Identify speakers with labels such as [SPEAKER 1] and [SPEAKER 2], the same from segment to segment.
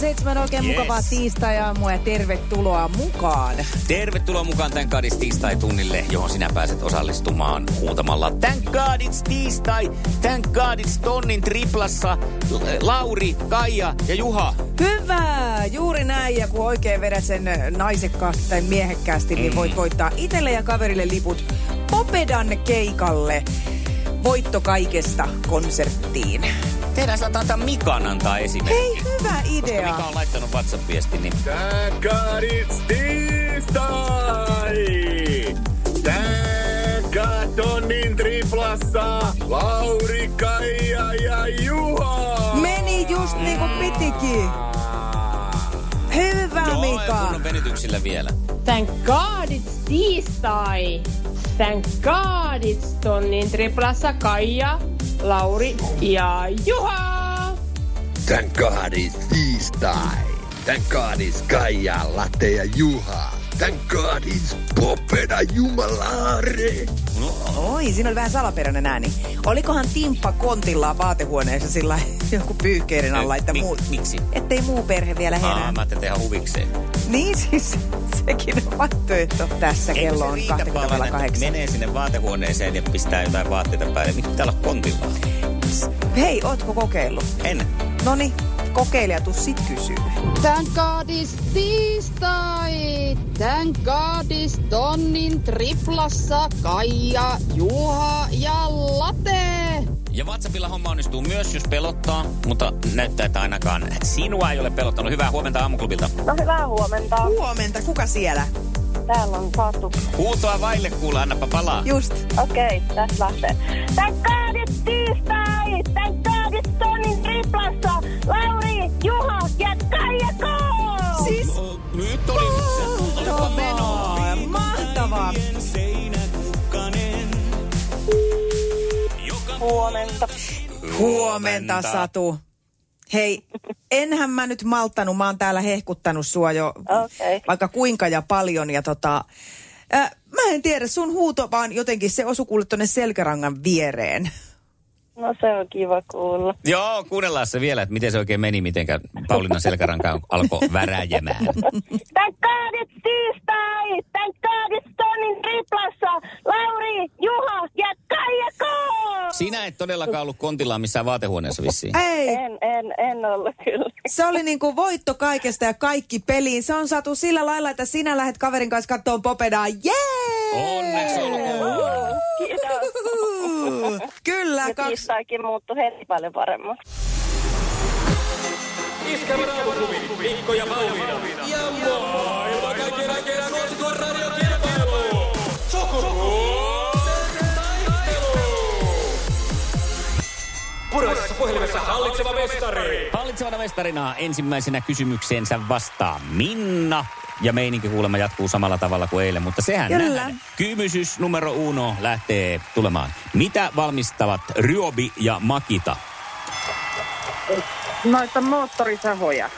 [SPEAKER 1] seitsemän. Oikein
[SPEAKER 2] Yes.
[SPEAKER 1] yes. mukavaa tiistai-aamua ja tervetuloa mukaan.
[SPEAKER 2] Tervetuloa mukaan Tän Kaadits tiistai-tunnille, johon sinä pääset osallistumaan huutamalla Tän Kaadits tiistai, Tän Kaadits tonnin triplassa, L- Lauri, Kaija ja Juha.
[SPEAKER 1] Hyvä! Juuri näin. Ja kun oikein vedät sen naisekkaasti tai miehekkäästi,
[SPEAKER 2] Mm.
[SPEAKER 1] niin voit voittaa itselle ja kaverille liput Popedan keikalle. Voitto kaikesta konserttiin.
[SPEAKER 2] Tehdään saattaa antaa Mikan antaa esimerkki.
[SPEAKER 1] Hei, hyvä
[SPEAKER 2] Koska
[SPEAKER 1] idea.
[SPEAKER 2] Mika on laittanut WhatsApp-viesti, niin
[SPEAKER 3] Täkkarits tiistai! Täkkatonnin triplassa Lauri, Kaija ja Juha!
[SPEAKER 1] Meni just niin kuin pitikin. Hyvä,
[SPEAKER 2] joo,
[SPEAKER 1] Mika.
[SPEAKER 2] kunnon venytyksillä vielä.
[SPEAKER 4] Thank God it's tiistai! Thank God it's tonnin triplassa Kaija, Lauri ja Juha!
[SPEAKER 5] Thank God it's tiistai. Thank God it's Kaija, Latte ja Juha. Thank God it's Popeda Jumalaare.
[SPEAKER 1] Oi, siinä oli vähän salaperäinen ääni. Olikohan Timppa kontillaan vaatehuoneessa sillä joku pyyhkeiden alla, että
[SPEAKER 2] Mi-
[SPEAKER 1] muu,
[SPEAKER 2] miksi?
[SPEAKER 1] ettei muu perhe vielä herää.
[SPEAKER 2] Aa, mä ajattelin tehdä huvikseen.
[SPEAKER 1] Niin siis, sekin on vaihtoehto tässä.
[SPEAKER 2] Eikö
[SPEAKER 1] Kello
[SPEAKER 2] se
[SPEAKER 1] on
[SPEAKER 2] riitä vaan, että
[SPEAKER 1] 28.
[SPEAKER 2] menee sinne vaatehuoneeseen ja pistää jotain vaatteita päälle. Mitä pitää olla kontilla?
[SPEAKER 1] Hei, ootko kokeillut?
[SPEAKER 2] En.
[SPEAKER 1] Noni, kokeile ja tuu sit kysyy.
[SPEAKER 6] Thank God is tiistai! Thank God is tonnin triplassa Kaija, Juha ja Late!
[SPEAKER 2] Ja WhatsAppilla homma onnistuu myös, jos pelottaa, mutta näyttää, että ainakaan sinua ei ole pelottanut. Hyvää huomenta aamuklubilta.
[SPEAKER 7] No hyvää huomenta.
[SPEAKER 1] Huomenta, kuka siellä?
[SPEAKER 7] Täällä on saatu.
[SPEAKER 2] Huutoa vaille kuulla, annapa palaa.
[SPEAKER 1] Just.
[SPEAKER 7] Okei, okay, tästä lähtee. Tän kaadit tiistai! Tän kaadit tonnin triplassa! Lauri, Juha ja Kaija K!
[SPEAKER 1] Siis
[SPEAKER 2] Oh, Nyt oli se
[SPEAKER 1] mahtavaa,
[SPEAKER 2] olipa menoa.
[SPEAKER 1] mahtavaa.
[SPEAKER 7] Huomenta.
[SPEAKER 1] Huomenta, Satu. Hei, enhän mä nyt malttanut, mä oon täällä hehkuttanut sua jo
[SPEAKER 7] Okei.
[SPEAKER 1] vaikka kuinka ja paljon. Ja tota, äh, mä en tiedä, sun huuto vaan jotenkin se osui kuule tonne selkärangan viereen.
[SPEAKER 7] No se on kiva kuulla.
[SPEAKER 2] Joo, kuunnellaan se vielä, että miten se oikein meni, mitenkä Pauliina selkäranka alkoi väräjämään.
[SPEAKER 7] Tän kaadit tiistai! Tän kaadit tonnin triplassa! Lauri, Juha ja Kaija K!
[SPEAKER 2] Sinä et todellakaan ollut kontillaan missään vaatehuoneessa vissiin.
[SPEAKER 1] Ei,
[SPEAKER 7] En, en, en ollut kyllä.
[SPEAKER 1] se oli niinku voitto kaikesta ja kaikki peliin. Se on saatu sillä lailla, että sinä lähdet kaverin kanssa kattoon Popedaa. Jee!
[SPEAKER 2] Onneksi olkoon.
[SPEAKER 7] Kiitos.
[SPEAKER 1] Kyllä,
[SPEAKER 7] Ja
[SPEAKER 1] kaksi.
[SPEAKER 7] tiistaikin muuttui heti paljon paremmaksi.
[SPEAKER 2] Hallitsevana mestarina ensimmäisenä kysymykseensä vastaa Minna. Ja meininki kuulemma jatkuu samalla tavalla kuin eilen, mutta sehän
[SPEAKER 1] Kyllä.
[SPEAKER 2] nähdään. Kysymys numero uno lähtee tulemaan. Mitä valmistavat Ryobi ja Makita?
[SPEAKER 8] Noita moottorisahoja.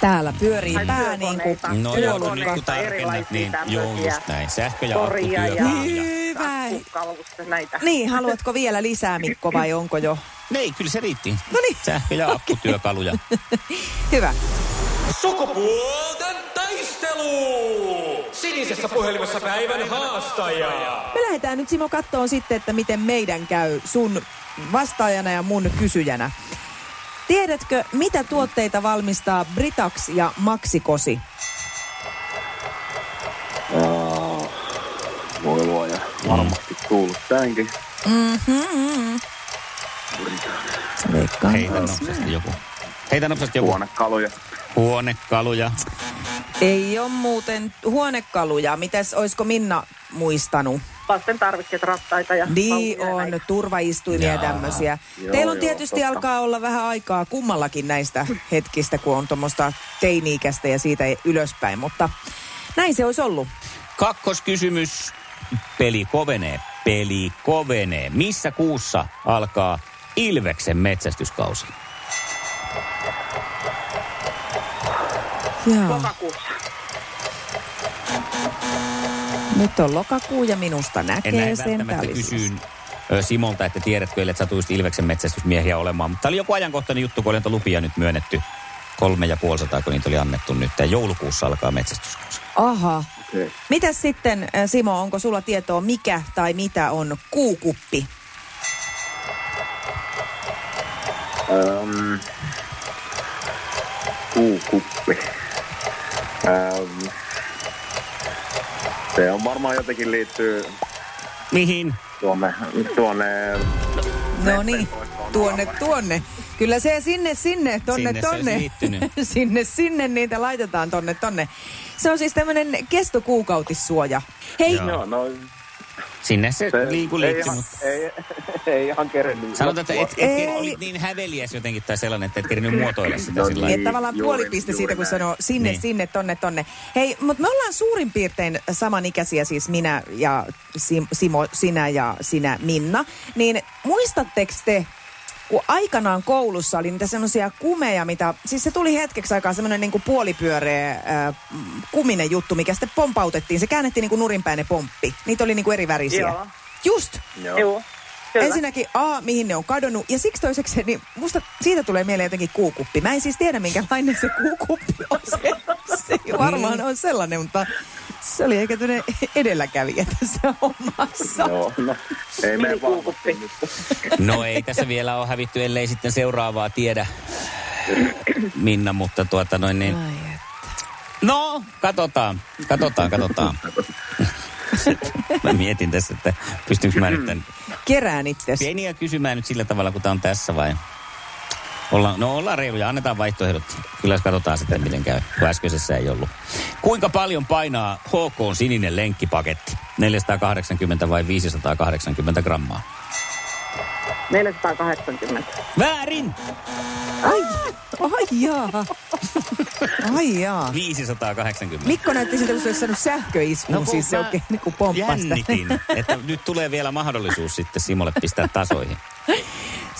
[SPEAKER 1] Täällä pyörii
[SPEAKER 8] Tai
[SPEAKER 1] pää niin kuin
[SPEAKER 8] työkoneita.
[SPEAKER 2] No joo, niin
[SPEAKER 8] Työkoneita,
[SPEAKER 2] kuin tarkennat,
[SPEAKER 8] erilaisia
[SPEAKER 2] niin
[SPEAKER 8] tämmöisiä
[SPEAKER 2] joo, just näin. Sähkö ja
[SPEAKER 8] Koria ja,
[SPEAKER 2] akkutyökaluja.
[SPEAKER 1] Hyvä.
[SPEAKER 8] akkukalusta, näitä.
[SPEAKER 1] Niin, haluatko vielä lisää Mikko vai onko jo?
[SPEAKER 2] Ei, kyllä se riitti.
[SPEAKER 1] No niin.
[SPEAKER 2] Sähkö ja akkutyökaluja.
[SPEAKER 1] Hyvä.
[SPEAKER 9] Sukupuolten taistelu! Sinisessä puhelimessa päivän haastaja.
[SPEAKER 1] Me lähdetään nyt Simo kattoon sitten, että miten meidän käy sun vastaajana ja mun kysyjänä. Tiedätkö, mitä tuotteita valmistaa Britax ja Maxikosi?
[SPEAKER 5] Voi luoja, varmasti kuullut tämänkin.
[SPEAKER 1] Veikkaan.
[SPEAKER 2] Heitä nopsasti joku. Heitä nopsasti joku.
[SPEAKER 5] Huonekaluja.
[SPEAKER 2] Huonekaluja.
[SPEAKER 1] Ei ole muuten huonekaluja. Mitäs, oisko Minna muistanut?
[SPEAKER 8] Lasten tarvikkeet, rattaita ja
[SPEAKER 1] Niin
[SPEAKER 8] vaunuja ja
[SPEAKER 1] on,
[SPEAKER 8] näitä.
[SPEAKER 1] turvaistuimia ja
[SPEAKER 2] Jaa.
[SPEAKER 1] tämmöisiä.
[SPEAKER 5] Joo,
[SPEAKER 1] Teillä on
[SPEAKER 5] joo,
[SPEAKER 1] tietysti
[SPEAKER 5] totta.
[SPEAKER 1] alkaa olla vähän aikaa kummallakin näistä hetkistä, kun on tuommoista teini-ikäistä ja siitä ylöspäin, mutta näin se olisi ollut.
[SPEAKER 2] Kakkoskysymys. Peli kovenee. Peli kovenee. Missä kuussa alkaa Ilveksen metsästyskausi?
[SPEAKER 1] Joo.
[SPEAKER 8] Lokakuussa.
[SPEAKER 1] Nyt on lokakuu ja minusta
[SPEAKER 2] En näin
[SPEAKER 1] näkee sen. Tää
[SPEAKER 2] välttämättä
[SPEAKER 1] oli siis-
[SPEAKER 2] kysyn ö, Simolta, että tiedätkö, että satuisit Ilveksen metsästysmiehiä olemaan. Mutta tämä oli joku ajankohtainen juttu, kun oli näitä lupia nyt myönnetty Kolme ja puoli sataa, kun niitä oli annettu nyt. Ja joulukuussa alkaa metsästyskausi.
[SPEAKER 1] Aha.
[SPEAKER 3] Okei.
[SPEAKER 1] Mitäs sitten, äh, Simo, onko sulla tietoa mikä tai mitä on kuukuppi?
[SPEAKER 3] Öm, kuukuppi. Öm, Ähm, se on varmaan jotenkin liittyy
[SPEAKER 2] Mihin?
[SPEAKER 3] tuonne, tuonne
[SPEAKER 1] No niin, tuonne, tuonne. Kyllä se sinne, sinne, tonne,
[SPEAKER 2] Sinne se olisi
[SPEAKER 1] tonne.
[SPEAKER 2] liittynyt.
[SPEAKER 1] sinne, sinne niitä laitetaan tonne, tonne. Se on siis tämmöinen kestokuukautissuoja. Hei,
[SPEAKER 2] Joo.
[SPEAKER 3] Joo, no,
[SPEAKER 2] Sinne se,
[SPEAKER 3] se,
[SPEAKER 2] se liiku
[SPEAKER 3] ei,
[SPEAKER 2] liittyy,
[SPEAKER 3] ihan,
[SPEAKER 2] mutta...
[SPEAKER 3] ei, ei ihan kerennyt.
[SPEAKER 2] Niin Sanotaan, että et, et,
[SPEAKER 1] Ei.
[SPEAKER 2] et, olit niin häveliäs jotenkin tai sellainen, että et kerinyt muotoilla sitä
[SPEAKER 3] No
[SPEAKER 2] sillä
[SPEAKER 1] Niin,
[SPEAKER 2] lailla.
[SPEAKER 1] että tavallaan
[SPEAKER 3] Juuri-
[SPEAKER 1] puoli piste
[SPEAKER 3] juuri
[SPEAKER 1] siitä, kun
[SPEAKER 3] näin.
[SPEAKER 1] sanoo sinne,
[SPEAKER 2] Niin.
[SPEAKER 1] sinne, tonne, tonne. Hei, mutta me ollaan suurin piirtein samanikäisiä, siis minä ja Sim- Simo, sinä ja sinä Minna. Niin muistatteko te, kun aikanaan koulussa oli niitä semmoisia kumeja, mitä, siis se tuli hetkeksi aikaa semmoinen niinku puolipyöreä äh, kuminen juttu, mikä sitten pompautettiin. Se käännettiin niinku nurinpäin ne pomppi. Niitä oli niinku eri värisiä.
[SPEAKER 8] Joo.
[SPEAKER 1] Just,
[SPEAKER 3] Joo.
[SPEAKER 8] Joo. Kyllä.
[SPEAKER 1] Ensinnäkin A, mihin ne on kadonnut. Ja siksi toiseksi, niin musta siitä tulee mieleen jotenkin kuukuppi. Mä en siis tiedä, minkälainen se kuukuppi on. Se, se ei varmaan on sellainen, mutta se oli ehkä tämmöinen edelläkävijä tässä hommassa.
[SPEAKER 3] Joo, no, ei mene
[SPEAKER 8] Minikuukuppi.
[SPEAKER 3] varmasti.
[SPEAKER 2] No ei tässä vielä ole hävitty, ellei sitten seuraavaa tiedä, Minna, mutta tuota noin niin...
[SPEAKER 1] Ai että.
[SPEAKER 2] No, katsotaan, katsotaan, katsotaan. mä mietin tässä, että pystynkö mä nyt tämän
[SPEAKER 1] Kerään itsesi.
[SPEAKER 2] pieniä kysymään nyt sillä tavalla, kun tämä on tässä vai? Olla, no ollaan reiluja, annetaan vaihtoehdot. Kyllä se katsotaan sitten, miten käy, kun äskeisessä ei ollut. Kuinka paljon painaa HK sininen lenkkipaketti? 480 vai 580 grammaa?
[SPEAKER 8] 480.
[SPEAKER 2] Väärin!
[SPEAKER 1] Ai, ai jaa. Ai jaa.
[SPEAKER 2] 580.
[SPEAKER 1] Mikko näytti siltä, kun se olisi saanut sähköiskun, no,
[SPEAKER 2] kun
[SPEAKER 1] siis se
[SPEAKER 2] mä
[SPEAKER 1] oikein niin kuin pomppasi.
[SPEAKER 2] Jännitin, että nyt tulee vielä mahdollisuus sitten Simolle pistää tasoihin.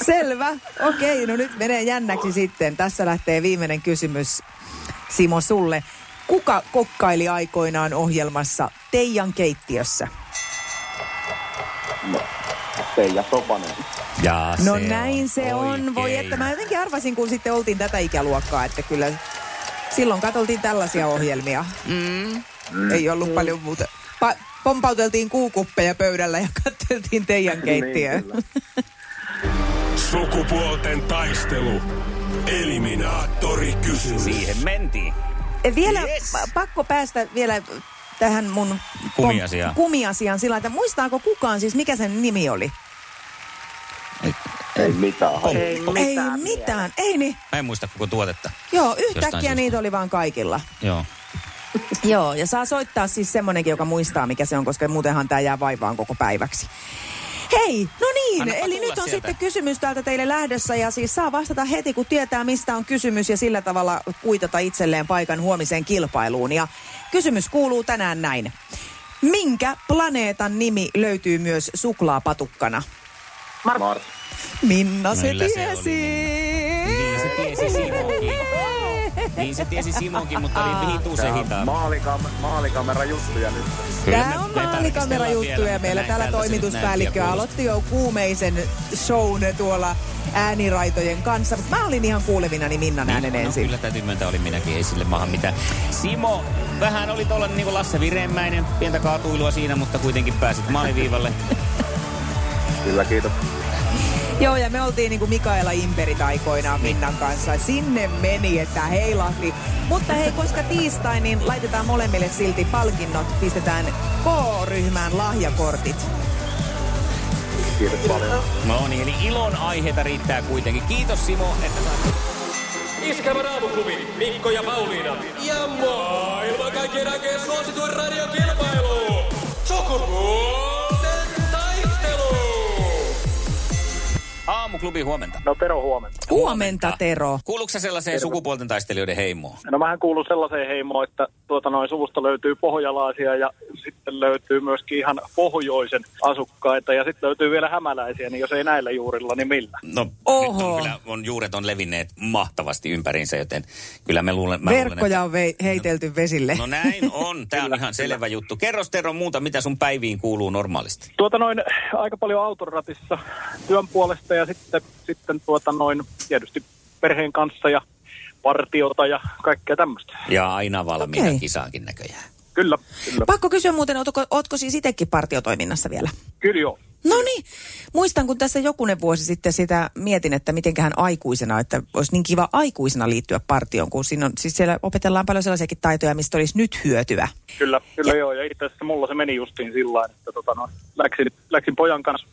[SPEAKER 1] Selvä. Okei, no nyt menee jännäksi sitten. Tässä lähtee viimeinen kysymys, Simo, sulle. Kuka kokkaili aikoinaan ohjelmassa Teijan keittiössä?
[SPEAKER 3] Teija Sopanen.
[SPEAKER 2] Ja
[SPEAKER 1] No
[SPEAKER 2] se
[SPEAKER 1] näin se on. Voi
[SPEAKER 2] oikein.
[SPEAKER 1] että mä jotenkin arvasin, kun sitten oltiin tätä ikäluokkaa, että kyllä silloin katoltiin tällaisia ohjelmia. Mm. Ei ollut paljon muuta. Pa- pompauteltiin kuukuppeja pöydällä ja katseltiin Teijan keittiöä.
[SPEAKER 3] Niin, kyllä.
[SPEAKER 9] Sukupuolten taistelu. Eliminaattori kysymys.
[SPEAKER 2] Siihen mentiin.
[SPEAKER 1] Eh, Vielä
[SPEAKER 2] Yes.
[SPEAKER 1] yes. pakko päästä vielä tähän mun pom-
[SPEAKER 2] Kumiasiaan.
[SPEAKER 1] kumiasiaan sillä, lailla, että muistaako kukaan siis, mikä sen nimi oli?
[SPEAKER 3] Ei mitään.
[SPEAKER 2] Pom-
[SPEAKER 8] Ei
[SPEAKER 2] pom-
[SPEAKER 8] mitään. vielä.
[SPEAKER 1] Ei mitään, ei niin.
[SPEAKER 2] Mä en muista koko tuotetta.
[SPEAKER 1] Joo,
[SPEAKER 2] syystä.
[SPEAKER 1] yhtäkkiä niitä oli vaan kaikilla.
[SPEAKER 2] Joo.
[SPEAKER 1] Joo, ja saa soittaa siis semmonenkin, joka muistaa, mikä se on, koska muutenhan tämä jää vaivaan koko päiväksi. Hei, no niin,
[SPEAKER 2] Annapa
[SPEAKER 1] eli
[SPEAKER 2] tulla
[SPEAKER 1] nyt on
[SPEAKER 2] sieltä.
[SPEAKER 1] sitten kysymys täältä teille lähdössä ja siis saa vastata heti, kun tietää, mistä on kysymys ja sillä tavalla kuitata itselleen paikan huomiseen kilpailuun. Ja kysymys kuuluu tänään näin. Minkä planeetan nimi löytyy myös suklaapatukkana?
[SPEAKER 3] Mars.
[SPEAKER 1] Minna se
[SPEAKER 2] Kyllä
[SPEAKER 1] tiesi!
[SPEAKER 2] No, se oli, Minna. Niin se tiesi Simokin. Niin se tiesi Simokin, mutta oli hituusen
[SPEAKER 3] Tää on
[SPEAKER 2] hitaampi.
[SPEAKER 3] maalikam- maalikamera juttuja nyt.
[SPEAKER 1] Tämä on maalikamerajuttuja. Meillä täällä toimituspäällikkö aloitti jo kuumeisen shown tuolla ääniraitojen kanssa. Mut Mä olin ihan kuulevinani Minnan äänen
[SPEAKER 2] no,
[SPEAKER 1] ensin.
[SPEAKER 2] Kyllä täytyy myöntää, oli minäkin, ei sille maahan mitään. Simo, vähän oli tuolla niin kuin Lasse Viremäinen, pientä kaatuilua siinä, mutta kuitenkin pääsit maaliviivalle.
[SPEAKER 3] Kyllä, kiitos.
[SPEAKER 1] Joo, ja me oltiin niin kuin Mikaela Imperit aikoinaan
[SPEAKER 2] Niin.
[SPEAKER 1] Minnan kanssa. Sinne meni, että heilahti. Mutta hei, koska tiistai, niin laitetaan molemmille silti palkinnot. Pistetään K-ryhmään lahjakortit.
[SPEAKER 3] Kiitos paljon.
[SPEAKER 2] No niin, eli ilon aiheita riittää kuitenkin. Kiitos Simo, että sait.
[SPEAKER 9] Iskelmän aamuklubi, Mikko ja Pauliina. Ja maailman kaikkien aikeen suosituen radiokilpailu. Sukupuolten taistelu.
[SPEAKER 2] Aamuklubi huomenta.
[SPEAKER 3] No Tero huomenta.
[SPEAKER 1] Huomenta, Tero.
[SPEAKER 2] Kuuluuko sä sellaiseen sukupuolten taistelijoiden heimoon?
[SPEAKER 3] No mähän kuuluu sellaiseen heimoon, että tuota noin suvusta löytyy pohjalaisia ja sitten löytyy myöskin ihan pohjoisen asukkaita ja sitten löytyy vielä hämäläisiä, niin jos ei näillä juurilla, niin millä?
[SPEAKER 2] No nyt on
[SPEAKER 1] Oho.
[SPEAKER 2] kyllä on, juuret on levinneet mahtavasti ympärinsä, joten kyllä me luulen... Mä luulen,
[SPEAKER 1] Verkkoja
[SPEAKER 2] että-
[SPEAKER 1] on vei- heitelty vesille.
[SPEAKER 2] No näin on, tämä on ihan selvä juttu. Kerro Tero muuta, mitä sun päiviin kuuluu normaalisti.
[SPEAKER 3] Tuota noin aika paljon autoratissa työn puolesta ja sitten, sitten tuota noin tietysti perheen kanssa ja partiota ja kaikkea tämmöistä.
[SPEAKER 2] Ja aina valmiina
[SPEAKER 1] Okei.
[SPEAKER 2] okay. kisaankin näköjään.
[SPEAKER 3] Kyllä, kyllä.
[SPEAKER 1] Pakko kysyä muuten, ootko, ootko siis itsekin partiotoiminnassa vielä?
[SPEAKER 3] Kyllä joo.
[SPEAKER 1] No niin, muistan kun tässä jokunen vuosi sitten sitä mietin, että mitenköhän aikuisena, että olisi niin kiva aikuisena liittyä partioon, kun siinä on, siis siellä opetellaan paljon sellaisiakin taitoja, mistä olisi nyt hyötyä.
[SPEAKER 3] Kyllä, kyllä joo. Ja itse asiassa mulla se meni justiin sillä lailla, että tota noin, läksin, läksin pojan kanssa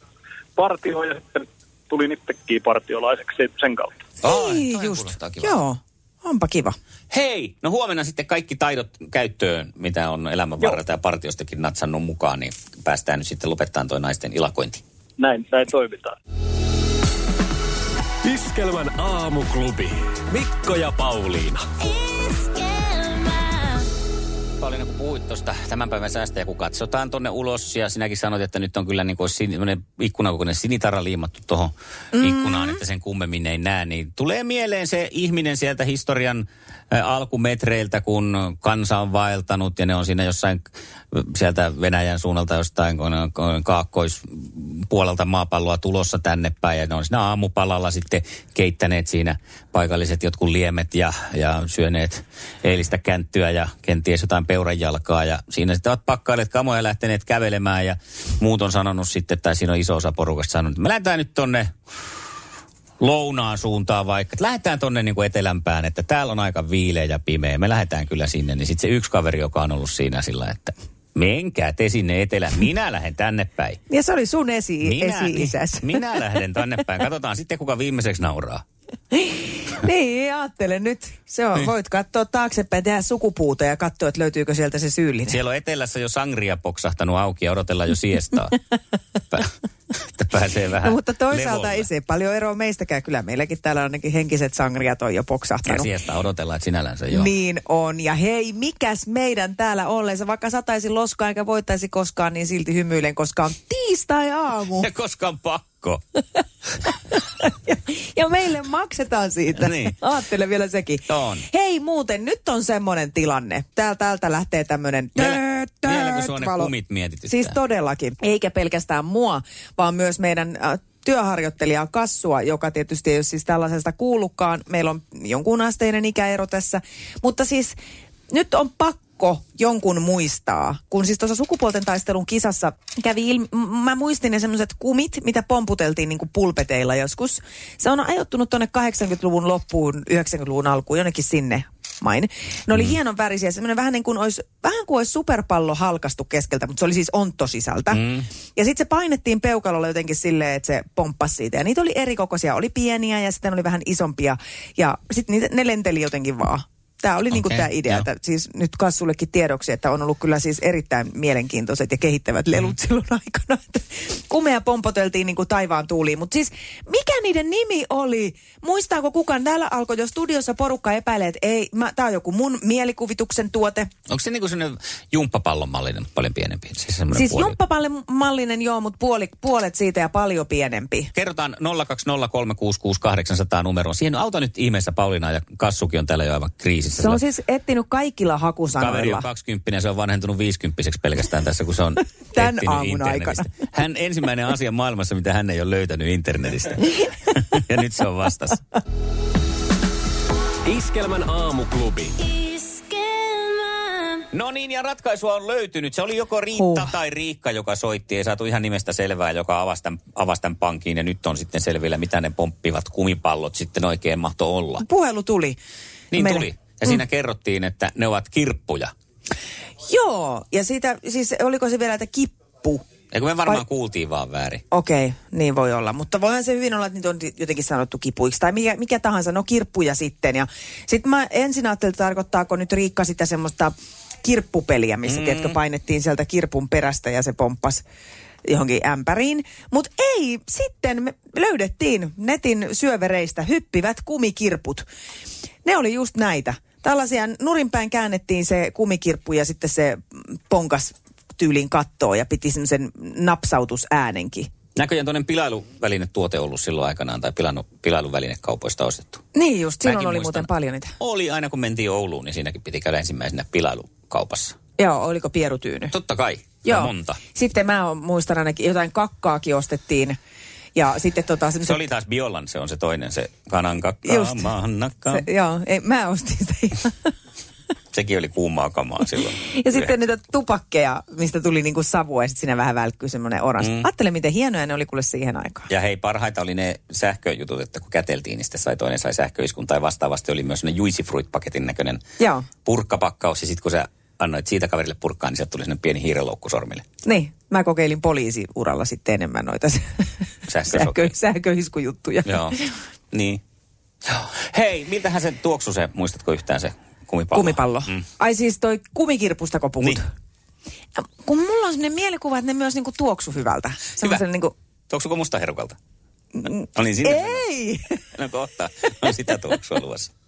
[SPEAKER 3] partioon ja sitten tulin itsekin partiolaiseksi sen kautta.
[SPEAKER 1] Ei,
[SPEAKER 2] toi
[SPEAKER 1] Niin, just.
[SPEAKER 2] kuulostaa kivalta.
[SPEAKER 1] Joo, onpa kiva.
[SPEAKER 2] Hei, no huomenna sitten kaikki taidot käyttöön, mitä on elämän varrella ja partiostakin natsannut mukaan, niin päästään nyt sitten lopettaan toi naisten ilakointi.
[SPEAKER 3] Näin, näin toimitaan.
[SPEAKER 5] Iskelmän aamuklubi. Mikko ja Pauliina.
[SPEAKER 2] Paljon kun puhuit tuosta tämän päivän säästäjä, kun katsotaan tonne ulos ja sinäkin sanoit, että nyt on kyllä niin kuin sin- ikkunakokoinen sinitara liimattu tuohon mm-hmm. ikkunaan, että sen kummemmin ei näe, niin tulee mieleen se ihminen sieltä historian ä, alkumetreiltä, kun kansa on vaeltanut ja ne on siinä jossain ä, sieltä Venäjän suunnalta jostain kun ne on- kun on kaakkoispuolelta maapalloa tulossa tänne päin ja ne on siinä aamupalalla sitten keittäneet siinä paikalliset jotkut liemet ja, ja syöneet eilistä känttyä ja kenties jotain peuranjalkaa. Ja siinä sitten ovat pakkailleet kamoja lähteneet kävelemään ja muut on sanonut sitten, tai siinä on iso osa porukasta sanonut, että me lähdetään nyt tonne lounaan suuntaan vaikka. Että lähdetään tonne niin kuin etelämpään, että täällä on aika viileä ja pimeä. Me lähdetään kyllä sinne. Niin sitten se yksi kaveri, joka on ollut siinä sillä, että menkää te sinne etelään. Minä lähden tänne päin.
[SPEAKER 1] Ja se oli sun esi- esi-isäs.
[SPEAKER 2] niin. minä lähden tänne päin. Katsotaan sitten, kuka viimeiseksi nauraa.
[SPEAKER 1] niin, ajattele nyt. Se
[SPEAKER 2] Niin.
[SPEAKER 1] on, voit katsoa taaksepäin, tehdä sukupuuta ja katsoa, että löytyykö sieltä se syyllinen.
[SPEAKER 2] Siellä on etelässä jo sangria poksahtanut auki ja odotellaan jo siestaa. Pä- että pääsee vähän
[SPEAKER 1] No, mutta toisaalta
[SPEAKER 2] levolle.
[SPEAKER 1] ei se paljon eroa meistäkään. Kyllä meilläkin täällä ainakin henkiset sangriat on jo
[SPEAKER 2] Ja
[SPEAKER 1] poksahtanut.
[SPEAKER 2] siestaa odotellaan, että sinällänsä joo.
[SPEAKER 1] Niin on. Ja hei, mikäs meidän täällä olleensa, vaikka sataisi loskaa eikä voitaisi koskaan, niin silti hymyilen, koska on tiistai-aamu.
[SPEAKER 2] Ja koska on pakko.
[SPEAKER 1] Ja meille maksetaan siitä.
[SPEAKER 2] Niin.
[SPEAKER 1] Aattele vielä sekin.
[SPEAKER 2] On.
[SPEAKER 1] Hei muuten, nyt on semmoinen tilanne. Täällä, täältä lähtee tämmöinen
[SPEAKER 2] Vielä- vieläkö sua ne kumit mietityttää?
[SPEAKER 1] Siis todellakin. Eikä pelkästään mua, vaan myös meidän äh, työharjoittelijaa Kassua, joka tietysti ei ole siis tällaisesta kuullutkaan. Meillä on jonkun asteinen ikäero tässä. Mutta siis nyt on pakko jonkun muistaa, kun siis tuossa sukupuolten taistelun kisassa kävi ilmi, m- mä muistin ne semmoiset kumit, mitä pomputeltiin niin kuin pulpeteilla joskus. Se on ajoittunut tuonne 80-luvun loppuun, 90-luvun alkuun, jonnekin sinne main. Ne
[SPEAKER 2] Mm.
[SPEAKER 1] oli hienon värisiä, semmoinen vähän niin kuin olisi, vähän kuin olisi superpallo halkastu keskeltä, mutta se oli siis ontto sisältä. Mm. Ja sitten se painettiin peukalolla jotenkin silleen, että se pomppasi siitä. Ja niitä oli eri kokoisia, oli pieniä ja sitten oli vähän isompia. Ja sitten ne lenteli jotenkin vaan. Tämä oli niinku
[SPEAKER 2] Okei,
[SPEAKER 1] tämä idea,
[SPEAKER 2] joo.
[SPEAKER 1] että siis nyt Kassullekin tiedoksi, että on ollut kyllä siis erittäin mielenkiintoiset ja kehittävät lelut mm. silloin aikana. Että kumea pompoteltiin niin kuin taivaan tuuliin, mutta siis mikä niiden nimi oli? Muistaako kukaan? Täällä alkoi jo studiossa porukka epäilee, että ei, tämä on joku mun mielikuvituksen tuote.
[SPEAKER 2] Onko se niinku semmoinen jumppapallon mallinen, mutta paljon pienempi? Siis, semmoinen
[SPEAKER 1] Siis
[SPEAKER 2] puoli-
[SPEAKER 1] jumppapalle mallinen joo, mutta puoli, puolet siitä ja paljon pienempi.
[SPEAKER 2] Kerrotaan 020366800 numeroon. Siihen auta nyt ihmeessä Pauliina ja Kassukin on täällä jo aivan kriisissä.
[SPEAKER 1] Se on
[SPEAKER 2] Sillä
[SPEAKER 1] siis etsinyt kaikilla
[SPEAKER 2] Kaveri
[SPEAKER 1] hakusanoilla.
[SPEAKER 2] on 20, se on vanhentunut 50 pelkästään tässä, kun se on
[SPEAKER 1] Tän
[SPEAKER 2] etsinyt
[SPEAKER 1] aamun aikana.
[SPEAKER 2] internetistä. Hän ensimmäinen asia maailmassa, mitä hän ei ole löytänyt internetistä. ja nyt se on vastassa.
[SPEAKER 5] Iskelmän aamuklubi.
[SPEAKER 2] No niin, ja ratkaisua on löytynyt. Se oli joko Riitta
[SPEAKER 1] Huh.
[SPEAKER 2] huh. tai Riikka, joka soitti. Ei saatu ihan nimestä selvää, joka avasi tämän, avasi tämän pankin. Ja nyt on sitten selvillä, mitä ne pomppivat kumipallot sitten oikein mahto olla.
[SPEAKER 1] Puhelu tuli.
[SPEAKER 2] Niin
[SPEAKER 1] Meille-
[SPEAKER 2] tuli. Ja siinä
[SPEAKER 1] Mm.
[SPEAKER 2] kerrottiin, että ne ovat kirppuja.
[SPEAKER 1] Joo, ja siitä, siis oliko se vielä, että kippu?
[SPEAKER 2] Eikö me varmaan
[SPEAKER 1] Vai-
[SPEAKER 2] kuultiin vaan väärin?
[SPEAKER 1] Okei, okay, niin voi olla. Mutta voihan se hyvin olla, että niitä on jotenkin sanottu kipuiksi tai mikä, mikä tahansa. No kirppuja sitten. Ja sitten mä ensin ajattelin, että tarkoittaako nyt Riikka sitä semmoista kirppupeliä, missä mm. tiedätkö, painettiin sieltä kirpun perästä ja se pomppas johonkin ämpäriin. Mutta ei, sitten me löydettiin netin syövereistä hyppivät kumikirput. Ne oli just näitä. Tällaisia nurinpäin käännettiin se kumikirppu ja sitten se mm, ponkas tyylin kattoon ja piti semmoisen napsautusäänenkin.
[SPEAKER 2] Näköjään toinen pilailuvälinetuote ollut silloin aikanaan, tai pilailu, pilailuvälinekaupoista ostettu.
[SPEAKER 1] Niin just, silloin
[SPEAKER 2] Mäkin
[SPEAKER 1] oli
[SPEAKER 2] muistan.
[SPEAKER 1] muuten paljon niitä.
[SPEAKER 2] Oli aina kun mentiin Ouluun, niin siinäkin piti käydä ensimmäisenä pilailukaupassa.
[SPEAKER 1] Joo, oliko pierutyyny?
[SPEAKER 2] Totta kai, Ja
[SPEAKER 1] Joo.
[SPEAKER 2] monta.
[SPEAKER 1] Sitten mä oon- muistan ainakin, jotain kakkaakin ostettiin. Ja sitten tota,
[SPEAKER 2] Se oli taas Biolan, se on se toinen, se kanankakka,
[SPEAKER 1] Just.
[SPEAKER 2] mahannakka.
[SPEAKER 1] se, joo, ei, mä ostin sitä ihan.
[SPEAKER 2] Sekin oli kuumaa kamaa silloin.
[SPEAKER 1] Ja sitten niitä tupakkeja, mistä tuli niinku savua ja sitten siinä vähän välkkyy semmoinen oranssi.
[SPEAKER 2] Mm.
[SPEAKER 1] Mm. Ajattele, miten hienoja ne oli kuule siihen aikaan.
[SPEAKER 2] Ja hei, parhaita oli ne sähköjutut, että kun käteltiin, niin sitten sai toinen sai sähköiskun tai vastaavasti oli myös semmoinen Juicy Fruit-paketin näköinen
[SPEAKER 1] Joo,
[SPEAKER 2] purkkapakkaus ja sitten kun sä annoit siitä kaverille purkkaa, niin sieltä tuli sellainen pieni hiirenloukku sormille.
[SPEAKER 1] niin. Mä kokeilin poliisiuralla sitten enemmän noita sä- sähkö,
[SPEAKER 2] Sähkösokki.
[SPEAKER 1] sähköiskujuttuja.
[SPEAKER 2] Joo, niin. Joo. Hei, miltähän se tuoksu se, muistatko yhtään se kumipallo?
[SPEAKER 1] Kumipallo.
[SPEAKER 2] Mm.
[SPEAKER 1] Mm. Ai siis toi kumikirpustako puhut?
[SPEAKER 2] Niin.
[SPEAKER 1] Niin. Kun mulla on sellainen mielikuva, että ne myös niinku tuoksu hyvältä. Semmoisen niinku,
[SPEAKER 2] Tuoksuko musta herukalta? No niin, sinne.
[SPEAKER 1] Mm. ei!
[SPEAKER 2] No kohta on sitä tuoksua luvassa.